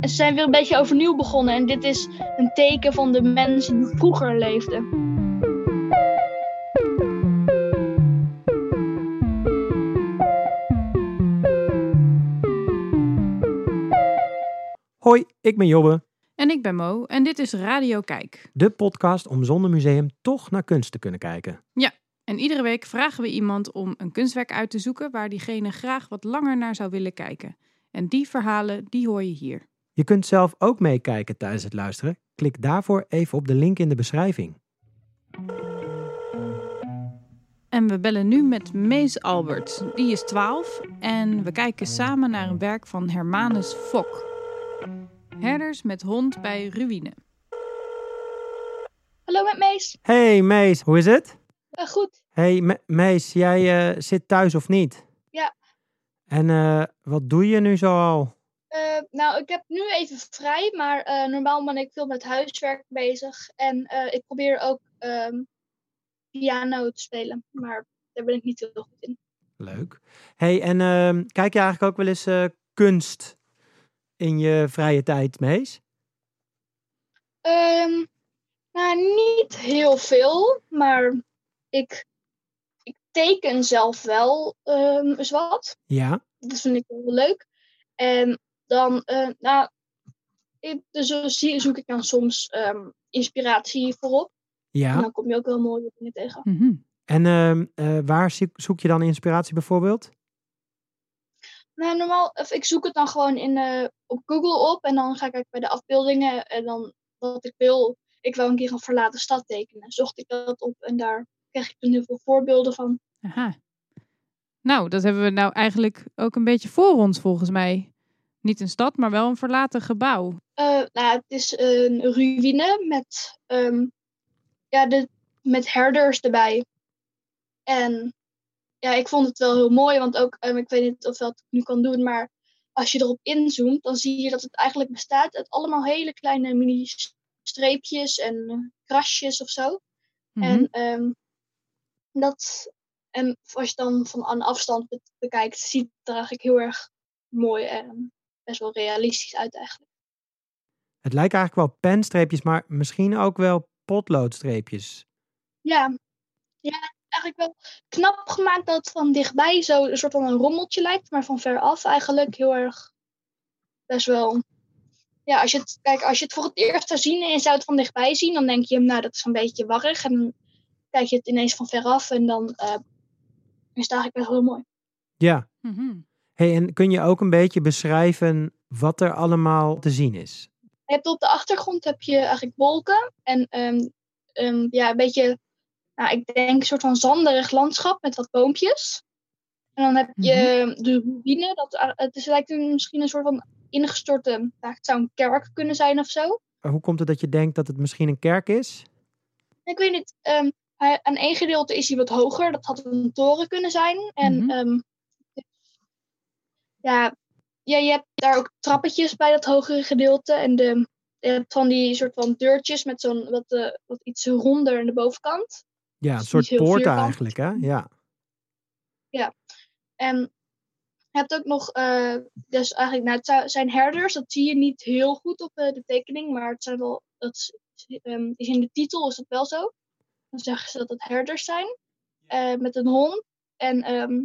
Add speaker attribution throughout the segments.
Speaker 1: En ze zijn weer een beetje overnieuw begonnen. En dit is een teken van de mensen die vroeger leefden.
Speaker 2: Hoi, ik ben Jobbe,
Speaker 3: En ik ben Mo en dit is Radio Kijk.
Speaker 2: de podcast om zonder museum toch naar kunst te kunnen kijken.
Speaker 3: En iedere week vragen we iemand om een kunstwerk uit te zoeken waar diegene graag wat langer naar zou willen kijken. En die verhalen, die hoor je hier.
Speaker 2: Je kunt zelf ook meekijken tijdens het luisteren. Klik daarvoor even op de link in de beschrijving.
Speaker 3: En we bellen nu met Mees Albert. Die is 12 en we kijken samen naar een werk van Hermanus Fok. Herders met hond bij ruïne.
Speaker 1: Hallo met Mees.
Speaker 2: Hey Mees, hoe is het?
Speaker 1: Eh, goed.
Speaker 2: Hey Me- Mees, jij eh, zit thuis of niet?
Speaker 1: Ja.
Speaker 2: En eh, wat doe je nu zo al?
Speaker 1: Eh, nou, ik heb nu even vrij, maar eh, normaal ben ik veel met huiswerk bezig. En eh, ik probeer ook ehm, piano te spelen, maar daar ben ik niet heel goed in.
Speaker 2: Leuk. Hey, en ehm, kijk je eigenlijk ook wel eens eh, kunst in je vrije tijd, Mees?
Speaker 1: Ehm, nou, niet heel veel, maar ik, ik teken zelf wel ehm eens wat.
Speaker 2: Ja.
Speaker 1: Dat vind ik wel leuk. En dan, eh, nou, ik, dus zo zie- zoek ik dan soms ehm, inspiratie voorop. En
Speaker 2: Ja.
Speaker 1: dan kom je ook wel mooie dingen tegen.
Speaker 3: Mhm.
Speaker 2: En ehm, eh, waar zoek- zoek je dan inspiratie bijvoorbeeld?
Speaker 1: Nou, normaal, of ik zoek het dan gewoon in, eh, op Google op. En dan ga ik bij de afbeeldingen en dan wat ik wil. Ik wil een keer een verlaten stad tekenen. Zocht ik dat op en daar kreeg ik toen heel veel voorbeelden van.
Speaker 3: Aha. Nou, dat hebben we nou eigenlijk ook een beetje voor ons volgens mij. Niet een stad, maar wel een verlaten gebouw.
Speaker 1: Eh, nou, het is een ruïne met, ehm, ja, de, met herders erbij. En ja, ik vond het wel heel mooi, want ook, ehm, ik weet niet of dat ik nu kan doen, maar als je erop inzoomt, dan zie je dat het eigenlijk bestaat uit allemaal hele kleine mini-streepjes en eh, krasjes of zo.
Speaker 3: Mhm.
Speaker 1: En ehm, dat, en als je dan van aan afstand be- bekijkt, ziet het er eigenlijk heel erg mooi en best wel realistisch uit eigenlijk.
Speaker 2: Het lijkt eigenlijk wel penstreepjes, maar misschien ook wel potloodstreepjes.
Speaker 1: Ja. ja, eigenlijk wel knap gemaakt dat het van dichtbij zo een soort van een rommeltje lijkt, maar van veraf eigenlijk heel erg best wel. Ja, als je het, kijk, als je het voor het eerst zou zien en je zou het van dichtbij zien, dan denk je, nou, dat is een beetje warrig. En dan kijk je het ineens van veraf en dan eh, is het eigenlijk best wel heel mooi.
Speaker 2: Ja.
Speaker 3: Mhm.
Speaker 2: Hey, en kun je ook een beetje beschrijven wat er allemaal te zien is?
Speaker 1: Je hebt op de achtergrond heb je eigenlijk wolken en ehm, ehm, ja, een beetje, nou, ik denk een soort van zanderig landschap met wat boompjes. En dan heb je de ruïne, dat, a- het is, lijkt een- misschien een soort van ingestorte, nou, het zou een kerk kunnen zijn of zo.
Speaker 2: Hoe komt het dat je denkt dat het misschien een kerk is?
Speaker 1: Ik weet niet, ehm, hij- aan één gedeelte is hij wat hoger, dat had een toren kunnen zijn. En
Speaker 3: Mhm.
Speaker 1: ehm, ja, ja, je hebt daar ook trappetjes bij dat hogere gedeelte. En de, je hebt van die soort van deurtjes met zo'n wat, eh, wat iets ronder aan de bovenkant.
Speaker 2: Ja,
Speaker 1: is
Speaker 2: een
Speaker 1: niet
Speaker 2: soort
Speaker 1: heel
Speaker 2: poort
Speaker 1: vierkant.
Speaker 2: eigenlijk, hè? Ja.
Speaker 1: En je hebt ook nog, eh, dus eigenlijk, nou, het zou- zijn herders, dat zie je niet heel goed op eh, de tekening, maar het zijn wel, dat is, ehm, is in de titel is dat wel zo. Dan zeggen ze dat het herders zijn, eh, met een hond. En ehm,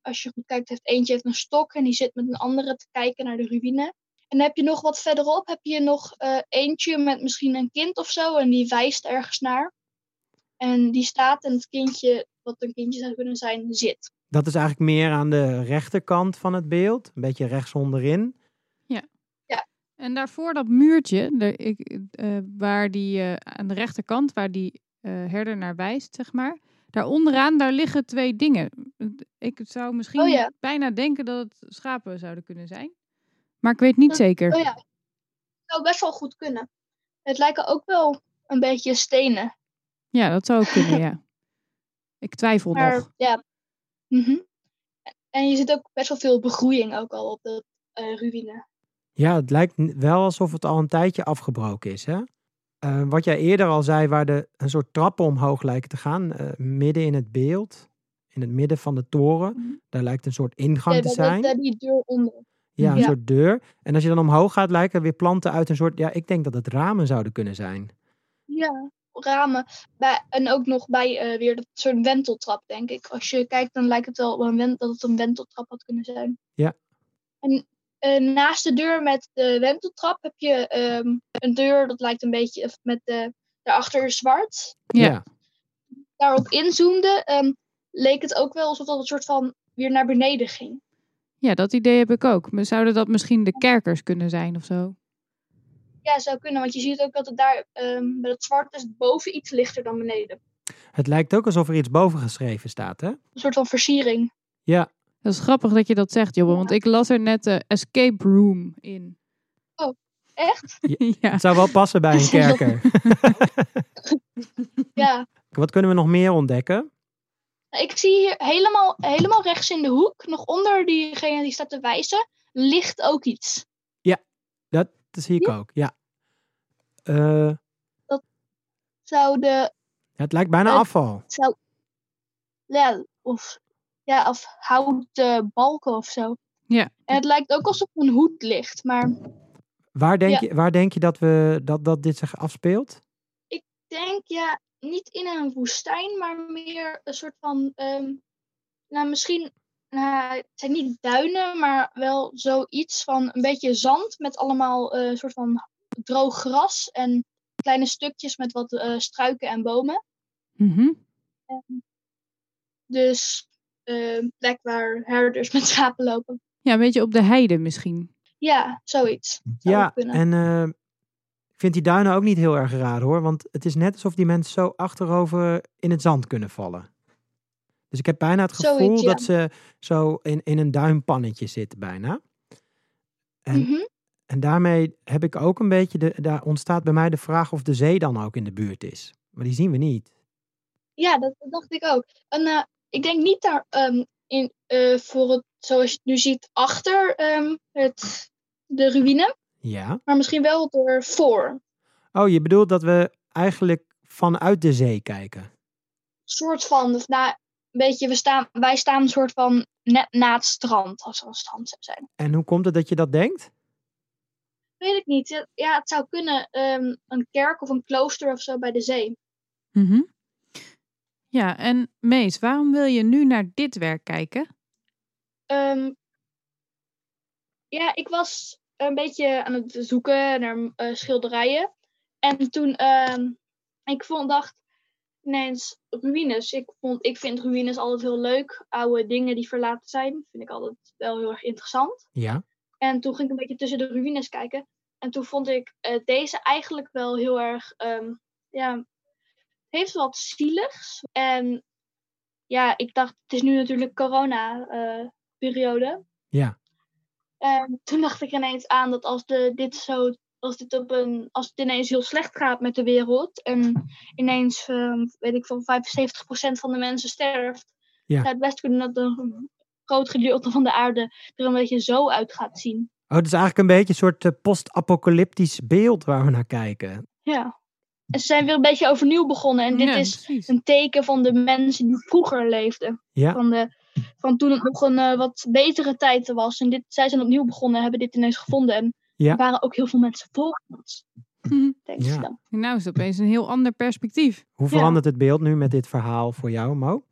Speaker 1: als je goed kijkt, heeft eentje heeft een stok en die zit met een andere te kijken naar de ruïne. En dan heb je nog wat verderop, heb je nog eh, eentje met misschien een kind of zo en die wijst ergens naar. En die staat en het kindje, wat een kindje zou kunnen zijn, zit.
Speaker 2: Dat is eigenlijk meer aan de rechterkant van het beeld, een beetje rechts onderin.
Speaker 3: En daarvoor dat muurtje, de, ik, eh, waar die, eh, aan de rechterkant, waar die eh, herder naar wijst, zeg maar. Daar onderaan, daar liggen twee dingen. Ik zou misschien
Speaker 1: Oh ja.
Speaker 3: bijna denken dat het schapen zouden kunnen zijn. Maar ik weet niet
Speaker 1: Oh,
Speaker 3: zeker.
Speaker 1: oh ja. zou best wel goed kunnen. Het lijken ook wel een beetje stenen.
Speaker 3: Ja, dat zou ook kunnen, ja. Ik twijfel
Speaker 1: Maar
Speaker 3: nog.
Speaker 1: ja. Mhm. En je ziet ook best wel veel begroeiing ook al op de eh, ruïne.
Speaker 2: Ja, het lijkt n- wel alsof het al een tijdje afgebroken is, hè? Eh, wat jij eerder al zei, waar de, een soort trappen omhoog lijken te gaan, eh, midden in het beeld, in het midden van de toren.
Speaker 1: Mhm.
Speaker 2: Daar lijkt een soort ingang
Speaker 1: Ja,
Speaker 2: te
Speaker 1: daar-
Speaker 2: zijn.
Speaker 1: daar- die deur onder.
Speaker 2: Ja, een
Speaker 1: Ja.
Speaker 2: soort deur. En als je dan omhoog gaat, lijken weer planten uit een soort... Ja, ik denk dat het ramen zouden kunnen zijn.
Speaker 1: Ja, ramen. Bij, en ook nog bij eh, weer dat soort wenteltrap, denk ik. Als je kijkt, dan lijkt het wel op een wen- dat het een wenteltrap had kunnen zijn.
Speaker 2: Ja.
Speaker 1: En eh, naast de deur met de wenteltrap heb je ehm, een deur dat lijkt een beetje of met de, daarachter zwart.
Speaker 3: Ja.
Speaker 1: Daarop inzoomde, ehm, leek het ook wel alsof dat een soort van weer naar beneden ging.
Speaker 3: Ja, dat idee heb ik ook. Maar Zouden dat misschien de kerkers kunnen zijn of zo?
Speaker 1: Ja, zou kunnen, want je ziet ook dat het daar ehm, bij dat zwart is boven iets lichter dan beneden.
Speaker 2: Het lijkt ook alsof er iets boven geschreven staat, hè?
Speaker 1: Een soort van versiering.
Speaker 2: Ja,
Speaker 3: Dat is grappig dat je dat zegt, Jobbe, want ik las er net eh, escape room in.
Speaker 1: Oh, echt?
Speaker 3: ja.
Speaker 2: het zou wel passen bij een kerker.
Speaker 1: Ja. Nou,
Speaker 2: Wat kunnen we nog meer ontdekken?
Speaker 1: Ik zie hier helemaal, helemaal rechts in de hoek, nog onder diegene die staat te wijzen, ligt ook iets.
Speaker 2: Dat zie ik ook, ja. Eh,
Speaker 1: Zou de,
Speaker 2: het lijkt bijna
Speaker 1: Eh,
Speaker 2: afval.
Speaker 1: zou, ja, of, ja, of houten balken of zo.
Speaker 3: Ja.
Speaker 1: En het lijkt ook alsof er een hoed ligt, maar ik
Speaker 2: Waar denk,
Speaker 1: ja.
Speaker 2: je, waar denk je dat, we, dat, dat dit zich afspeelt?
Speaker 1: denk ja, niet in een woestijn, maar meer een soort van, ehm, nou misschien, nou, het zijn niet duinen, maar wel zoiets van een beetje zand met allemaal eh, een soort van droog gras en kleine stukjes met wat eh, struiken en bomen.
Speaker 3: Mhm.
Speaker 1: Dus eh, een plek waar herders met schapen lopen.
Speaker 3: ja, een beetje op de heide misschien.
Speaker 1: Ja, zoiets. Zou ook
Speaker 2: Ja,
Speaker 1: kunnen.
Speaker 2: en eh, ik vind die duinen ook niet heel erg raar hoor. Want het is net alsof die mensen zo achterover in het zand kunnen vallen. Dus ik heb bijna het gevoel
Speaker 1: Zoiets, ja.
Speaker 2: dat ze zo in, in een duimpannetje zitten bijna. en-
Speaker 1: Mhm.
Speaker 2: En daarmee heb ik ook een beetje, de, daar ontstaat bij mij de vraag of de zee dan ook in de buurt is. Maar die zien we niet.
Speaker 1: Ja, dat, dat dacht ik ook. En eh, ik denk niet daar ehm, in, eh, voor het, zoals je het nu ziet, achter ehm, het, de ruïne,
Speaker 2: Ja.
Speaker 1: maar misschien wel ervoor. Een
Speaker 2: Oh, je bedoelt dat we eigenlijk vanuit de zee kijken.
Speaker 1: soort van, of na, een beetje, we staan, wij staan een soort van net na het strand, als er een strand zou zijn.
Speaker 2: En hoe komt het dat je dat denkt?
Speaker 1: Weet ik niet. Ja, Ja, het zou kunnen ehm, een kerk of een klooster of zo bij de zee.
Speaker 3: Mhm. Ja, en Mees, waarom wil je nu naar dit werk kijken?
Speaker 1: Ehm, ja, ik was een beetje aan het zoeken naar eh, schilderijen. En toen ehm, ik vond, dacht ineens ruïnes. Ik, vond, ik vind ruïnes altijd heel leuk. Oude dingen die verlaten zijn, vind ik altijd wel heel erg interessant.
Speaker 2: Ja.
Speaker 1: En toen ging ik een beetje tussen de ruïnes kijken. En toen vond ik eh, deze eigenlijk wel heel erg, ehm, ja, heeft wat zieligs. En ja, ik dacht, het is nu natuurlijk corona-periode.
Speaker 2: Ja.
Speaker 1: En toen dacht ik ineens aan dat als, de, dit zo, als, dit op een, als het ineens heel slecht gaat met de wereld en ineens, ehm, weet ik veel, 75% van de mensen sterft,
Speaker 2: Ja.
Speaker 1: zou het best kunnen dat een groot gedeelte van de aarde er een beetje zo uit gaat zien.
Speaker 2: Oh, het is eigenlijk een beetje een soort eh, post-apocalyptisch beeld waar we naar kijken.
Speaker 1: Ja. En ze zijn weer een beetje overnieuw begonnen en dit
Speaker 3: Ja,
Speaker 1: is
Speaker 3: precies.
Speaker 1: een teken van de mensen die vroeger leefden.
Speaker 2: Ja.
Speaker 1: Van, de, van toen het nog een eh, wat betere tijd er was. En dit, zij zijn opnieuw begonnen, hebben dit ineens gevonden. En
Speaker 2: Ja.
Speaker 1: er waren ook heel veel mensen voor ons,
Speaker 3: Mhm.
Speaker 1: denk
Speaker 2: Ja.
Speaker 1: ik dan.
Speaker 3: Nou is het opeens een heel ander perspectief.
Speaker 2: Hoe
Speaker 1: Ja.
Speaker 2: verandert het beeld nu met dit verhaal voor jou, Mo?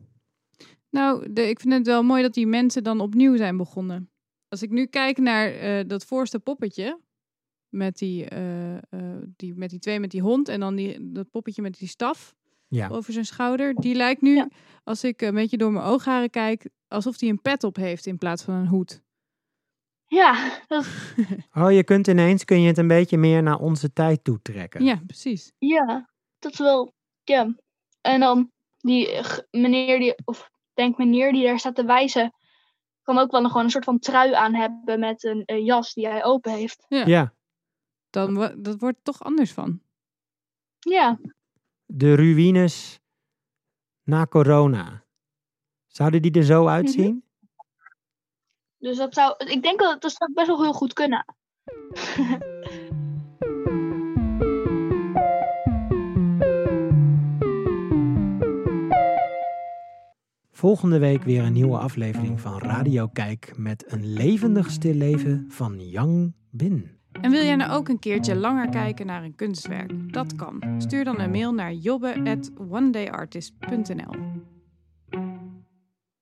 Speaker 3: Nou, de, ik vind het wel mooi dat die mensen dan opnieuw zijn begonnen. Als ik nu kijk naar eh, dat voorste poppetje. Met die, eh, eh, die, met die twee met die hond en dan die, dat poppetje met die staf
Speaker 2: Ja.
Speaker 3: over zijn schouder. Die lijkt nu,
Speaker 1: Ja.
Speaker 3: als ik een beetje door mijn oogharen kijk, alsof hij een pet op heeft in plaats van een hoed.
Speaker 1: Ja, dat,
Speaker 2: Oh, je kunt ineens kun je het een beetje meer naar onze tijd toetrekken.
Speaker 3: Ja, precies.
Speaker 1: ja, dat is wel. Ja. En dan die eh, g- meneer die, of denk meneer die daar staat te wijzen, kan ook wel een, gewoon een soort van trui aan hebben met een, eh, jas die hij open heeft.
Speaker 3: Ja.
Speaker 2: ja.
Speaker 3: Dan, wo- dat wordt toch anders van.
Speaker 1: Ja,
Speaker 2: De ruïnes na corona. Zouden die er zo uitzien?
Speaker 1: dus dat zou, ik denk dat dat zou best wel heel goed kunnen.
Speaker 2: Volgende week weer een nieuwe aflevering van Radio Kijk met een levendig stilleven van Yang Bin.
Speaker 3: En wil jij nou ook een keertje langer kijken naar een kunstwerk? Dat kan. Stuur dan een mail naar jobbe@onedayartist.nl.